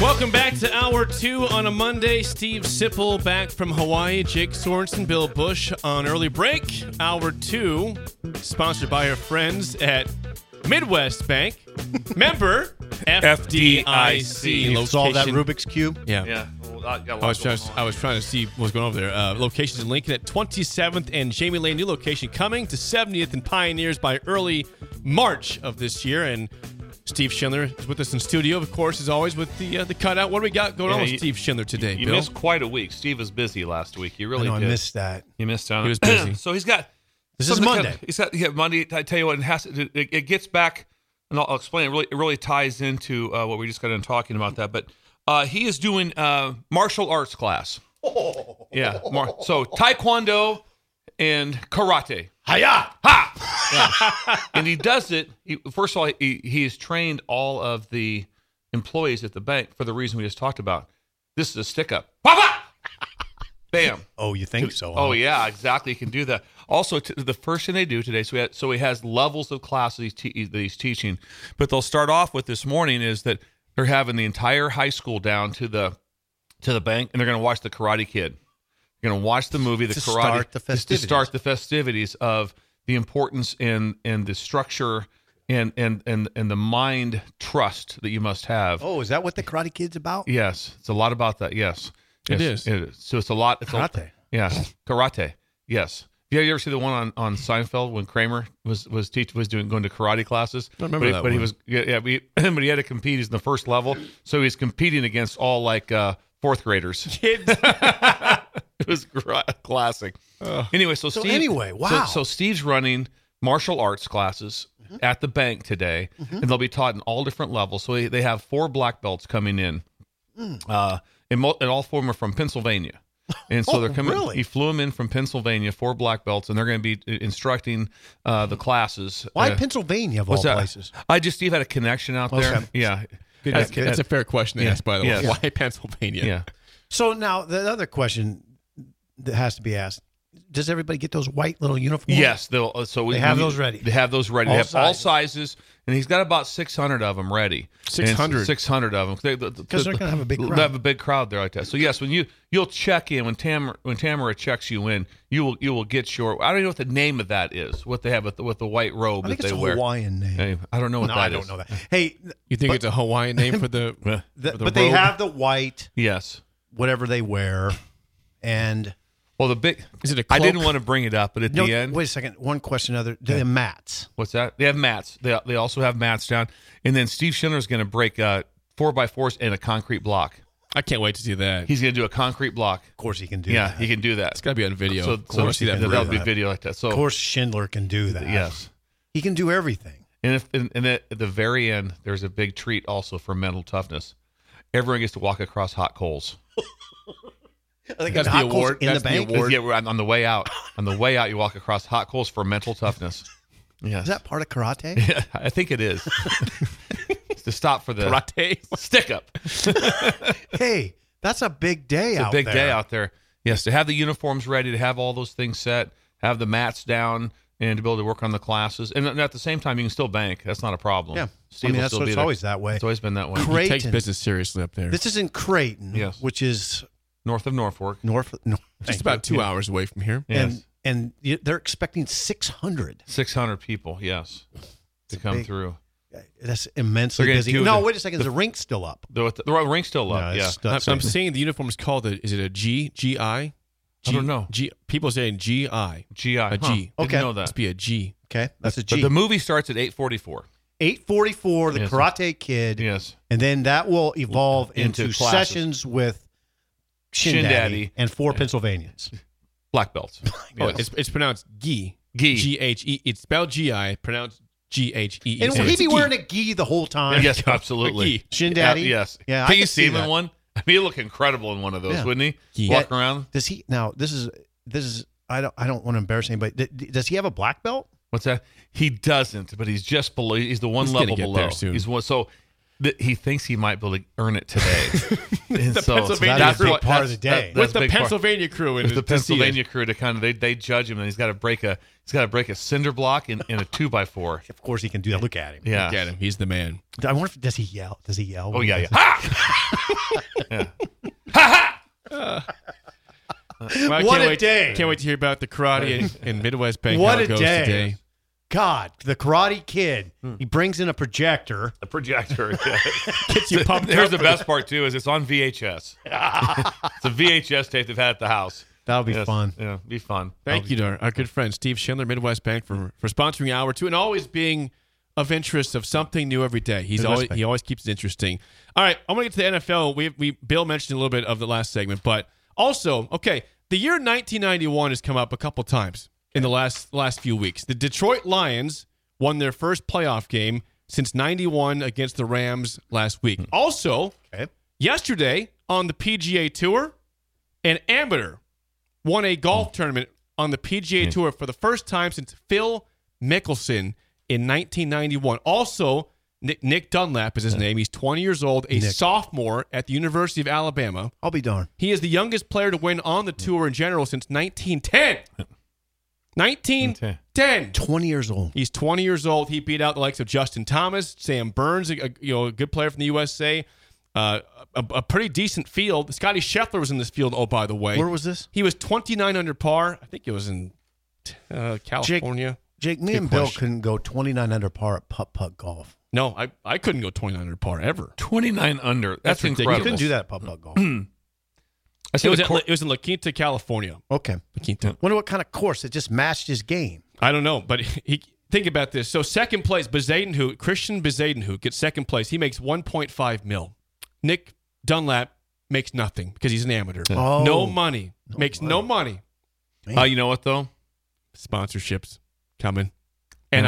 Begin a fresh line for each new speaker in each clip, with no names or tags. Welcome back to hour two on a Monday. Steve Sipple back from Hawaii. Jake Sorensen, Bill Bush on early break. Hour two, sponsored by our friends at Midwest Bank. Member FDIC.
You
Location.
solve that Rubik's Cube?
Yeah.
Yeah. well, I, got a lot
I was
going
trying. To,
on.
I was trying to see what's going on over there. Uh, locations in Lincoln at 27th and Jamie Lane. New location coming to 70th and Pioneers by early March of this year. And Steve Schindler is with us in studio, of course, as always with the uh, the cutout. What do we got going
Yeah,
on with
you-
Steve Schindler today,
you
Bill?
missed quite a week. Steve was busy last week. You
I
really
know, I
did.
missed that.
You missed out.
He was busy.
so he's got.
This is
something kind of-
Monday.
he's got yeah Monday. I tell you what, it has to, it, it gets back, and I'll, I'll explain. It really, it really ties into uh, what we just got in talking about that. But uh, he is doing uh, martial arts class. Yeah. Mar- so taekwondo and karate.
Hiya!
and he does it. He, first of all, he, he has trained all of the employees at the bank for the reason we just talked about. This is a stick up. Papa! Bam.
Oh, you think so?
Oh
huh?
yeah, exactly. You can do that. Also, t- the first thing they do today, so he, has, so he has levels of classes he's, te- that he's teaching. But they'll start off with this morning is that they're having the entire high school down to the to the bank, and they're going to watch the Karate Kid. They're going to watch the movie, the
To
Karate,
start the
just to start the festivities of the importance and and the structure and and and and the mind trust that you must have.
Oh, is that what the Karate Kid's about?
Yes, it's a lot about that. Yes,
It
Yes,
is.
It is. So it's a lot. It's a-
Karate.
yeah, karate. Yes. Yeah, you ever see the one on, on Seinfeld when Kramer was was teach was doing going to karate classes?
I remember
but he,
that
But he
one.
was yeah, yeah but, he, but he had to compete. He's in the first level, so he's competing against all like uh, fourth graders.
Kids.
it was gra- classic. anyway, so, Steve.
anyway,
so-
wow.
So, Steve's running martial arts classes
Mm-hmm.
at the bank today, and they'll be taught in all different levels. So they, they have four black belts coming in, uh, and, mo- and all four of them are from Pennsylvania. And so
Oh,
they're coming.
really?
He flew them in from Pennsylvania, four black belts, and they're going to be uh, instructing uh, the classes.
Why
uh,
Pennsylvania of all
what's that?
places?
I just Steve had a connection out there.
Okay.
Yeah,
Good-
At-
that's, that's a fair question to ask, by the way.
Yes.
Why Pennsylvania?
yeah.
So now the other question that has to be asked: Does everybody get those white little uniforms?
Yes, they'll. uh, So we,
They have
we-
those ready.
They have those ready.
All
they have all sizes, and he's got about six hundred of them ready.
600.
Six hundred of them
'Cause they're gonna have a big crowd.
They have a big crowd there like that. So yes, when you you'll check in when Tamara when Tamara checks you in, you will you will get your. I don't even know what the name of that is. What they have with the, with the white robe
I think
that
it's
they
a
wear.
Hawaiian name.
Hey, I don't know what
no,
that
I don't
is.
know that. Hey, th-
You think it's a Hawaiian name for the?
th-
for the
but they
robe?
have the white
Yes.
whatever they wear, and
Well, the big.
Is it a
I didn't
cloak?
want to bring it up, but at
no,
the end,
wait a second. One question. Other the mats.
What's that? They have mats. They, they also have mats down. And then Steve Schindler's going to break uh, four by fours and a concrete block.
I can't wait to see that.
He's going to do a concrete block.
Of course, he can do
Yeah,
that.
he can do that.
it's got to be on video.
So,
I
so
wanna see that.
that will
video.
be video like that. So
Of course, Schindler can do that.
yes.
he can do everything.
And if and, and at the very end, there's a big treat also for mental toughness. Everyone gets to walk across hot coals.
I think
That's the
Knuckles
award-
in
that's
the
the
bank.
award. Or-
yeah, we're on, on the way out. On the way out, you walk across hot coals for mental toughness. Yes.
Is that part of karate?
I think it is. It's to stop for the
Karate.
stick up.
hey, that's a big day
It's
out
a big
there.
day out there. Yes, to have the uniforms ready, to have all those things set, have the mats down, and to be able to work on the classes. And at the same time, you can still bank. That's not a problem.
Yeah.
Steve
I mean,
will
that's
still
what
be
it's
there.
always that way.
It's always been that way.
Cra-
He takes
Creighton.
business seriously up there.
This is in Creighton,
Yes.
which is
North of Norfolk.
north. No,
Just about two hours away from here.
Yes.
And and y- they're expecting 600.
600 people, yes, to come
big-
through.
That's immensely
They're gonna
busy.
do
No,
the-
wait a second. Is the rink still up?
The, the, the rink's still up,
No,
yeah.
it's
I'm,
not-
I'm seeing the uniform is called. A, is it a G G I?
I don't know.
G, people saying G I.
GI.
A
huh.
G.
Didn't
Okay.
know that.
Must be a G.
Okay, that's a
But
G.
the movie starts at 844.
844, the
Yes.
Karate Kid,
Yes.
and then that will evolve into,
Into classes.
sessions with Shin Daddy
Daddy.
and four Pennsylvanians.
Black belts.
Oh, it's, it's pronounced Gee.
Gee.
G H E. It's spelled G I, pronounced G H E E.
And
So
will he
it's
be
Gee.
wearing a gi the whole time?
yes, absolutely.
Gee.
Shin Daddy.
Yeah, yes.
Yeah. I
Can you
could
see him in
that.
one? I mean, he'd look incredible in one of those,
Yeah.
wouldn't he?
Yeah.
Walk around.
Does he now? This is this is. I don't. I don't want to embarrass anybody. D- d- Does he have a black belt?
What's that? He doesn't, but he's just below. He's the one
He's gonna
level
get
below.
there soon.
He's one. So th- he thinks he might be able to earn it today. and so
Pennsylvania
that's
crew.
what-
Big part
that's-
of the day.
that- that's
With
a
the
big part.
Pennsylvania crew in
With the
it to see it.
Pennsylvania crew to kind of they they judge him and he's got to break a he's got to break a cinder block in, in a two by four.
Of course he can do that. Look at him.
Yeah.
Get him. He's the man.
I wonder if does he yell? Does he yell?
Oh
when he
yeah. yeah.
does it?
Ha!
Well, I
What
can't
a
wait,
day.
Can't wait to hear about the karate and, and Midwest Bank.
What
how it
a
goes
day.
Today.
God, the Karate Kid. He brings in a projector.
The projector.
Gets you pumped
Here's
up
the
for
best part too is it's on VHS. it's a VHS tape they've had at the house.
That'll be
Yes.
fun.
Yeah, be fun.
Thank you to our, our good friend Steve Schindler, Midwest Bank, for for sponsoring Hour Two and always being of interest of something new every day. He's
Midwest
always
Bank.
he always keeps it interesting. All right, I want to get to the NFL. We we Bill mentioned a little bit of the last segment, but also okay, the year 1991 has come up a couple times in the last last few weeks. The Detroit Lions won their first playoff game since 91 against the Rams last
Hmm.
week. Also,
Okay.
yesterday on the PGA Tour, an amateur won a golf tournament on the PGA Tour for the first time since Phil Mickelson in 1991. Also, Nick, Nick Dunlap is his name. He's 20 years old, a sophomore at the University of Alabama.
I'll be darned.
He is the youngest player to win on the tour in general since 1910. 1910.
Twenty years old.
He's 20 years old. He beat out the likes of Justin Thomas, Sam Burns, a, a- you know, a good player from the USA. Uh, a, a pretty decent field. Scotty Scheffler was in this field. Oh, by the way,
Where was this?
he was 29 under par. I think it was in uh, California.
Jake, me
Good
and Bill
question.
couldn't go twenty nine under par at putt putt golf.
No, I, I couldn't go 29 under par ever.
Twenty nine under. That's,
That's ridiculous.
incredible.
Couldn't do that at putt putt golf.
I
It
said
was,
the
at,
cor-
it was in La Quinta, California.
okay.
La Quinta.
Wonder what kind of course it just matched his game.
I don't know, but he think about this. So second place, Bezadenhu, Christian Bezadenhu gets second place. He makes 1.5 mil. Nick Dunlap makes nothing because he's an amateur.
Oh.
no money. makes no money.
Uh, you know what though?
Sponsorships coming. NIL.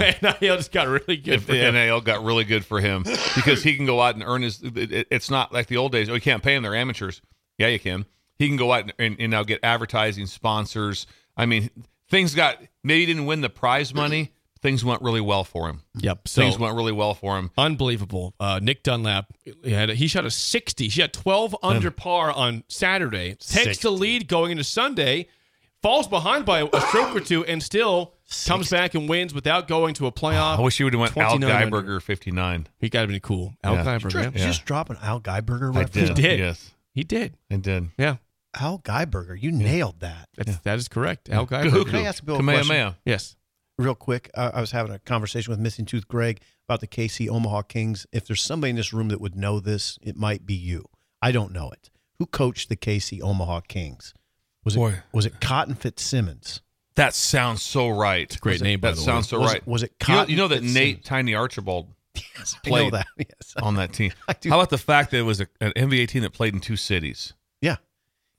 NIL.
NIL just got really good
If
for
the
him.
NIL got really good for him because he can go out and earn his. it- it- It's not like the old days. Oh, you can't pay them; they're amateurs. Yeah, you can. He can go out and, and, and now get advertising sponsors. I mean, things got maybe he didn't win the prize money. Things went really well for him.
Yep. So
things went really well for him.
Unbelievable. Uh, Nick Dunlap, he, had a, he shot a 60. He had 12 under par on Saturday. Takes the lead going into Sunday, falls behind by a stroke or two, and still comes back and wins without going to a playoff.
I wish he would have went Al
29 under.
Geiberger fifty nine.
He got to been cool. Al
Yeah.
Geiberger, man.
Did you just drop an Al Geiberger
I
right
did.
did.
Yes,
He did.
I did.
Yeah,
Al Geiberger, you nailed that.
that's, that is correct. Al
Can I
Geiberger.
ask Bill a question?
Kamehameha.
Yes.
real quick. I, I was having a conversation with Missing Tooth Greg about the KC Omaha Kings. If there's somebody in this room that would know this, it might be you. I don't know it. Who coached the KC Omaha Kings? Was it
Boy.
was it Cotton Fitzsimmons?
That sounds so right.
Great name, by
That
the way.
sounds so
was,
right.
Was it
You know,
Cotton?
you know that
Fitzsimmons?
Nate Tiny Archibald
Yes, I know
played
that. Yes.
on that team.
do.
How about the fact that it was a, an NBA team that played in two cities?
Yeah.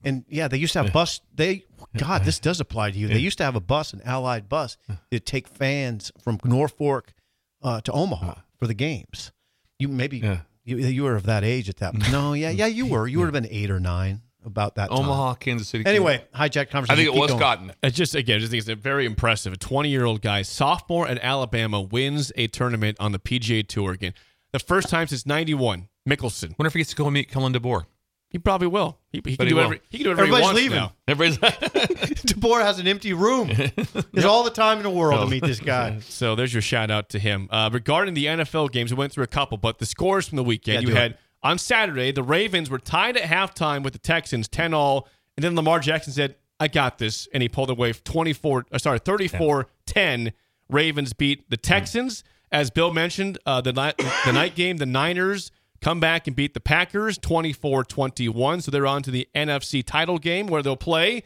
And yeah, they used to have bus. They God, this does apply to you. They used to have a bus, an Allied bus, to take fans from Norfolk uh, to Omaha for the games. You maybe
Yeah.
you, you were of that age at that. No, yeah, yeah, you were. You would have been eight or nine about that. time.
Omaha, Kansas City.
Oh. Anyway, hijack
I
conversation.
think it
Keep
was
going.
Cotton.
It's just again, I just think it's very impressive. A 20 year old guy, sophomore at Alabama, wins a tournament on the PGA Tour again. The first time since '91. Mickelson.
Wonder if he gets to go meet Kellen DeBoer.
He probably will. He, he can
But he
do
will.
whatever. He can do whatever
Everybody's
he wants
leaving.
now.
Everybody's
DeBoer has an empty room. There's all the time in the world to meet this guy.
So there's your shout out to him. Uh, regarding the NFL games, we went through a couple, but the scores from the weekend
Yeah,
you
do it.
had on Saturday, the Ravens were tied at halftime with the Texans, 10 all, and then Lamar Jackson said, "I got this," and he pulled away 24. Uh, sorry, 34-10. Ravens beat the Texans. As Bill mentioned, uh, the night the night game, the Niners come back and beat the Packers 24-21. So they're on to the NFC title game where they'll play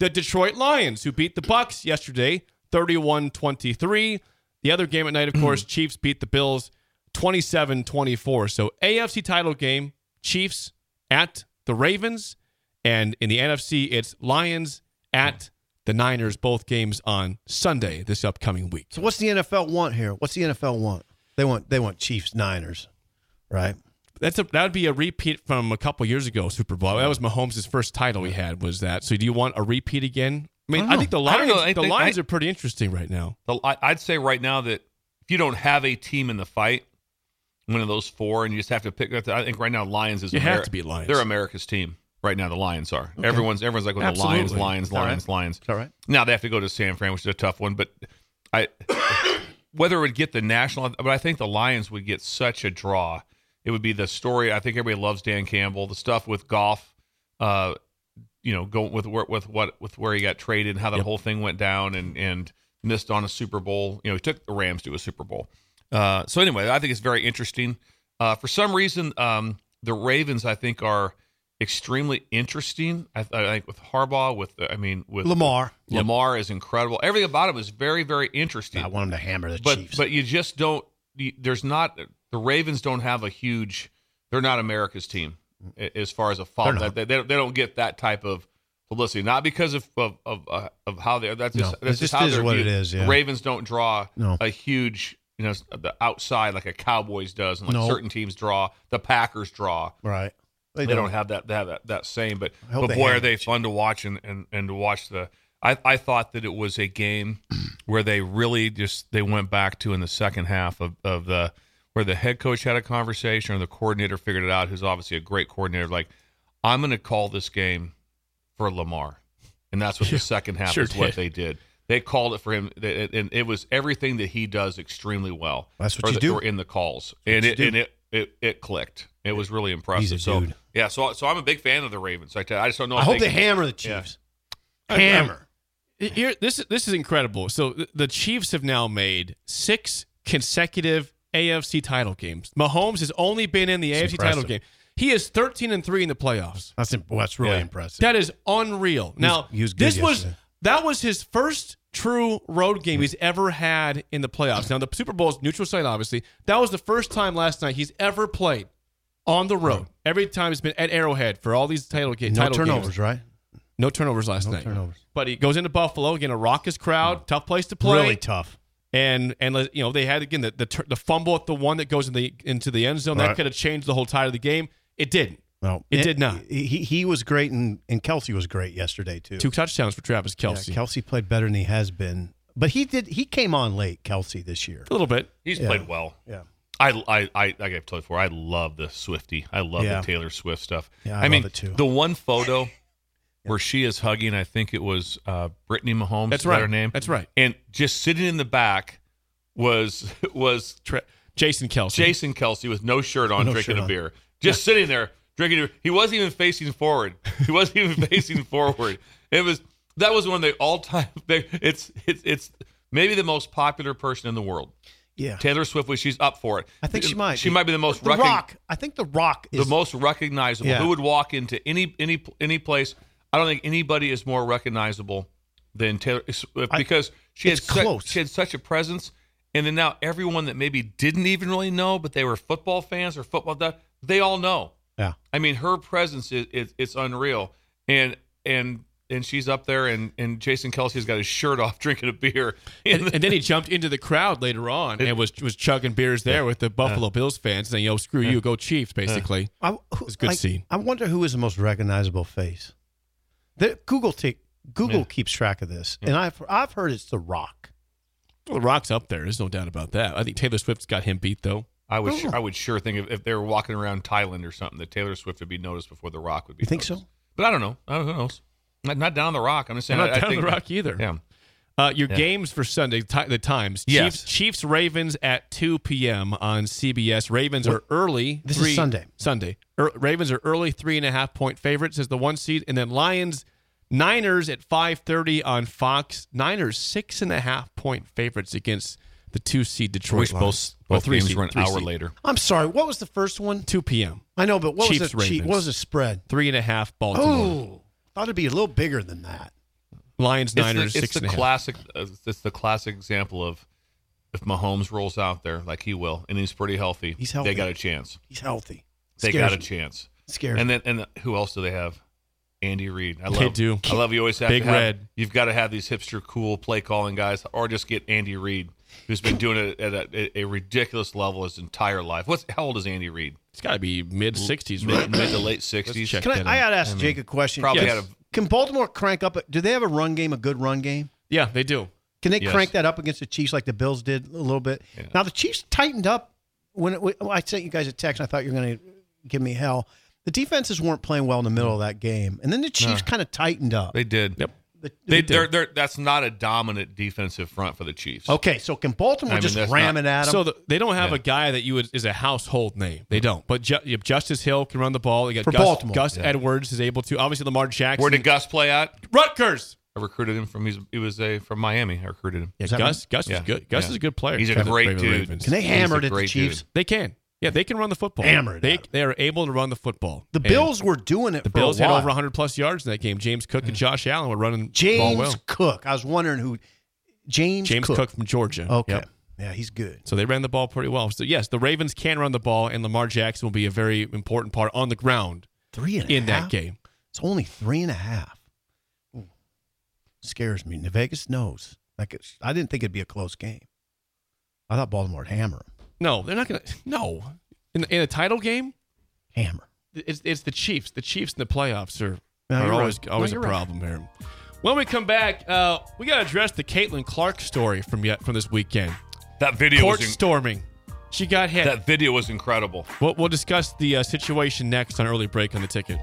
the Detroit Lions, who beat the Bucks yesterday, 31-23. The other game at night,
Hmm.
of course, Chiefs beat the Bills 27-24. So AFC title game, Chiefs at the Ravens, And in the NFC, it's Lions at the Niners, both games on Sunday this upcoming week.
So what's the NFL want here? What's the NFL want? They want they want Chiefs Niners, right?
That's a that would be a repeat from a couple years ago Super Bowl. That was Mahomes' first title he had was that. So do you want a repeat again? I mean, I,
I
think the
don't know. Oh. I don't
Lions
know. I
the
think-
Lions
I-
are pretty interesting right now.
The, I- I'd say right now that if you don't have a team in the fight, one of those four, and you just have to pick. I think right now Lions is
You have to be Lions.
They're America's team right now. The Lions are. Everyone's everyone's like with
Absolutely.
the Lions, Lions,
All right.
Lions, Lions.
all right.
Now they have to go to San Fran, which is a tough one. But I whether it would get the national, but I think the Lions would get such a draw. It would be the story. I think everybody loves Dan Campbell. The stuff with golf, uh, you know, going with where- with what with where he got traded, and how that whole thing went down, and and missed on a Super Bowl. You know, he took the Rams to a Super Bowl. Uh, so anyway, I think it's very interesting. Uh, for some reason, um, the Ravens I think are extremely interesting. I, I think with Harbaugh, with I mean with
Lamar.
Lamar is incredible. Everything about him is very, very interesting.
I want him to hammer the
but
Chiefs.
but you just don't. You, there's not the Ravens don't have a huge. They're not America's team a- as far as a follow.
They're not.
That they, they don't- they don't get that type of publicity. Not because of of of, uh, of how they. That's
No,
just
it
that's
just
just how
is
they're
what it
viewed.
is, yeah.
The Ravens don't draw
No.
a huge. You know s- the outside like a Cowboys does, and like
No.
certain teams draw. The Packers draw.
right.
They, don't, have that that that, that same, but
I hope
but
they
boy,
have
are they
it.
fun to watch and and, and to watch the. I, I thought that it was a game where they really just they went back to in the second half of, of the where the head coach had a conversation or the coordinator figured it out who's obviously a great coordinator like I'm going to call this game for Lamar and that's what the second half
sure
is what
did.
they did they called it for him They- and it was everything that he does extremely well
That's what
or
you
the-
do.
or in the calls and
you
it,
do.
and it it it clicked it was really impressive
He's a
so
dude.
yeah, so so I'm a big fan of the Ravens. I, tell, I just don't know.
I
if
hope they
can-
hammer the
Yeah.
Chiefs. Hammer.
Here, this is this is incredible. So th- the Chiefs have now made six consecutive AFC title games. Mahomes has only been in the AFC title
impressive.
game. He is 13 and three in the playoffs.
That's imp- well, that's really
Yeah.
impressive.
That is unreal. Now
he was good
this was
yesterday.
that was his first true road game he's ever had in the playoffs. Now the Super Bowl is neutral site, obviously. That was the first time last night he's ever played on the road. Every time it's been at Arrowhead for all these title, ga-
no
title games.
turnovers, right?
No turnovers last night.
turnovers.
But he goes into Buffalo again, a raucous crowd, tough place to play.
Really tough.
and and you know they had again the the, tur- the fumble at the one that goes in the into the end zone that
Right.
could have changed the whole tide of the game. It didn't.
No,
It did not.
He he- he was great, and and Kelsey was great yesterday too.
Two touchdowns for Travis
Yeah,
Kelsey.
Kelsey played better than he has been, but he did. He came on late, Kelsey, this year.
a little bit.
He's
Yeah.
played well.
Yeah.
I I I like I've told you before. I love the Swifty. I love
Yeah.
the Taylor Swift stuff.
Yeah, I
mean
love it too.
the one photo where she is hugging. I think it was uh, Brittany Mahomes.
That's
is that
right.
Her name.
That's right.
And just sitting in the back was was
Tra- Jason Kelsey.
Jason Kelsey with no shirt on,
No
drinking
shirt
a
on.
beer, just sitting there drinking. A, he wasn't even facing forward. He wasn't even facing forward. It was that was one of the all time. It's it's it's maybe the most popular person in the world.
Yeah.
Taylor Swift, was she's up for it.
I think she might.
She
be.
might be the most
the
recog-
Rock. I think the Rock
the
is
most recognizable.
Yeah.
Who would walk into any any any place? I don't think anybody is more recognizable than Taylor Swift
I-
because she had
it's
su-
close.
she had such a presence, and then now everyone that maybe didn't even really know, but they were football fans or football that they all know.
Yeah.
I mean, her presence is, is it's unreal, and and and she's up there, and and Jason Kelsey's got his shirt off, drinking a beer. in
and, and then he jumped into the crowd later on and was was chugging beers there with the Buffalo Bills fans saying, "Yo, screw you, go Chiefs!" Basically,
I, who,
was a good
like,
scene.
I wonder who is the most recognizable face. The, Google take Google keeps track of this, and I've I've heard it's the Rock.
well, the Rock's up there. There's no doubt about that. I think Taylor Swift's got him beat though.
I
Oh.
would, sure, I would sure think if, if they were walking around Thailand or something, that Taylor Swift would be noticed before The Rock would be.
You think
noticed.
so?
But I don't know. I don't, who knows? Not, not down on the Rock. I'm just saying.
Not
I, I
down
think,
the rock either.
Yeah.
Uh, your games for Sunday, ti the times.
Yes.
Chiefs, Chiefs Ravens at 2 p.m. on CBS. Ravens are early.
This is Sunday.
Sunday. Er, Ravens are early three and a half point favorites as the one seed, and then Lions, Niners at 5:30 on Fox. Niners six and a half point favorites against the two seed Detroit.
Wish
Lions.
both
Well,
both games
seed,
were an
three
hour
seed.
later.
I'm sorry. What was the first one?
2 p.m.
I know, but what was
Chiefs,
the cheat?
Ravens.
What was the spread?
Three and a half Baltimore.
Oh, thought it'd be a little bigger than that.
Lions,
It's
Niners
the, it's
six
the
and a half.
classic. Uh, it's the classic example of if Mahomes rolls out there like he will, and he's pretty healthy.
He's healthy.
They got a chance.
He's healthy.
They
Scares
got a
me.
chance.
Scares.
And
me.
then and the, who else do they have? Andy Reid. I love.
They do.
I love. You always have
Big
to have,
Red.
You've got to have these hipster cool play calling guys, or just get Andy Reid, who's been doing it at a, a ridiculous level his entire life. What's how old is Andy Reid?
It's got to be mid 60s,
Mid,
right?
mid to late sixties.
check.
Can I, I gotta ask Jake a question.
Probably
Yes.
had a
Can Baltimore crank up? Do they have a run game, a good run game?
Yeah, they do.
Can they
Yes.
crank that up against the Chiefs like the Bills did a little bit? Now the Chiefs tightened up when it, when- I sent you guys a text. and I thought you were going to give me hell. The defenses weren't playing well in the middle of that game, and then the Chiefs kind of tightened up.
They did.
Yep.
The-
They, they're, they're, that's not a dominant defensive front for the Chiefs.
okay, so can Baltimore
I mean,
just
that's
ram
not-
it at them?
So the, they don't have a guy that you would, is a household name. They don't. But Ju- you have Justice Hill can run the ball. You got
For
Gus,
Baltimore.
Gus Edwards is able to. Obviously, Lamar Jackson.
Where did Gus play at?
Rutgers?
I recruited him from. He's, he was a from Miami. I recruited him.
Yeah,
that
Gus. Gus
Yeah.
is good. Gus
Yeah.
is a good player.
He's a
Try to
great
play with
dude.
Ravens.
can they
a
hammer it at the
great
Chiefs?
dude.
They can. Yeah, they can run the football.
Hammer it
They
at 'em.
they are able to run the football.
The
And
Bills were doing it.
The
for
Bills
a
had
while.
over 100 plus yards in that game. James Cook and Josh Allen were running the ball
James
well.
Cook. I was wondering who James
James Cook. from Georgia.
Okay,
Yep.
yeah, he's good.
So they ran the ball pretty well. So yes, the Ravens can run the ball, and Lamar Jackson will be a very important part on the ground
Three and a
in that
half?
game.
It's only three and a half. Ooh. Scares me. Now, Vegas knows. Like it's- I didn't think it'd be a close game. I thought Baltimore would hammer 'em.
No, they're not going to. No, in, in a title game,
Hammer.
it's it's the Chiefs. The Chiefs in the playoffs are,
No,
are
you're
always
right. No,
always
you're
a
right.
problem here. When we come back, uh, we got to address the Caitlin Clark story from yet from this weekend.
That video
Court
was in,
storming. She got hit.
that video was incredible.
We'll, we'll discuss the uh, situation next on early break on the ticket.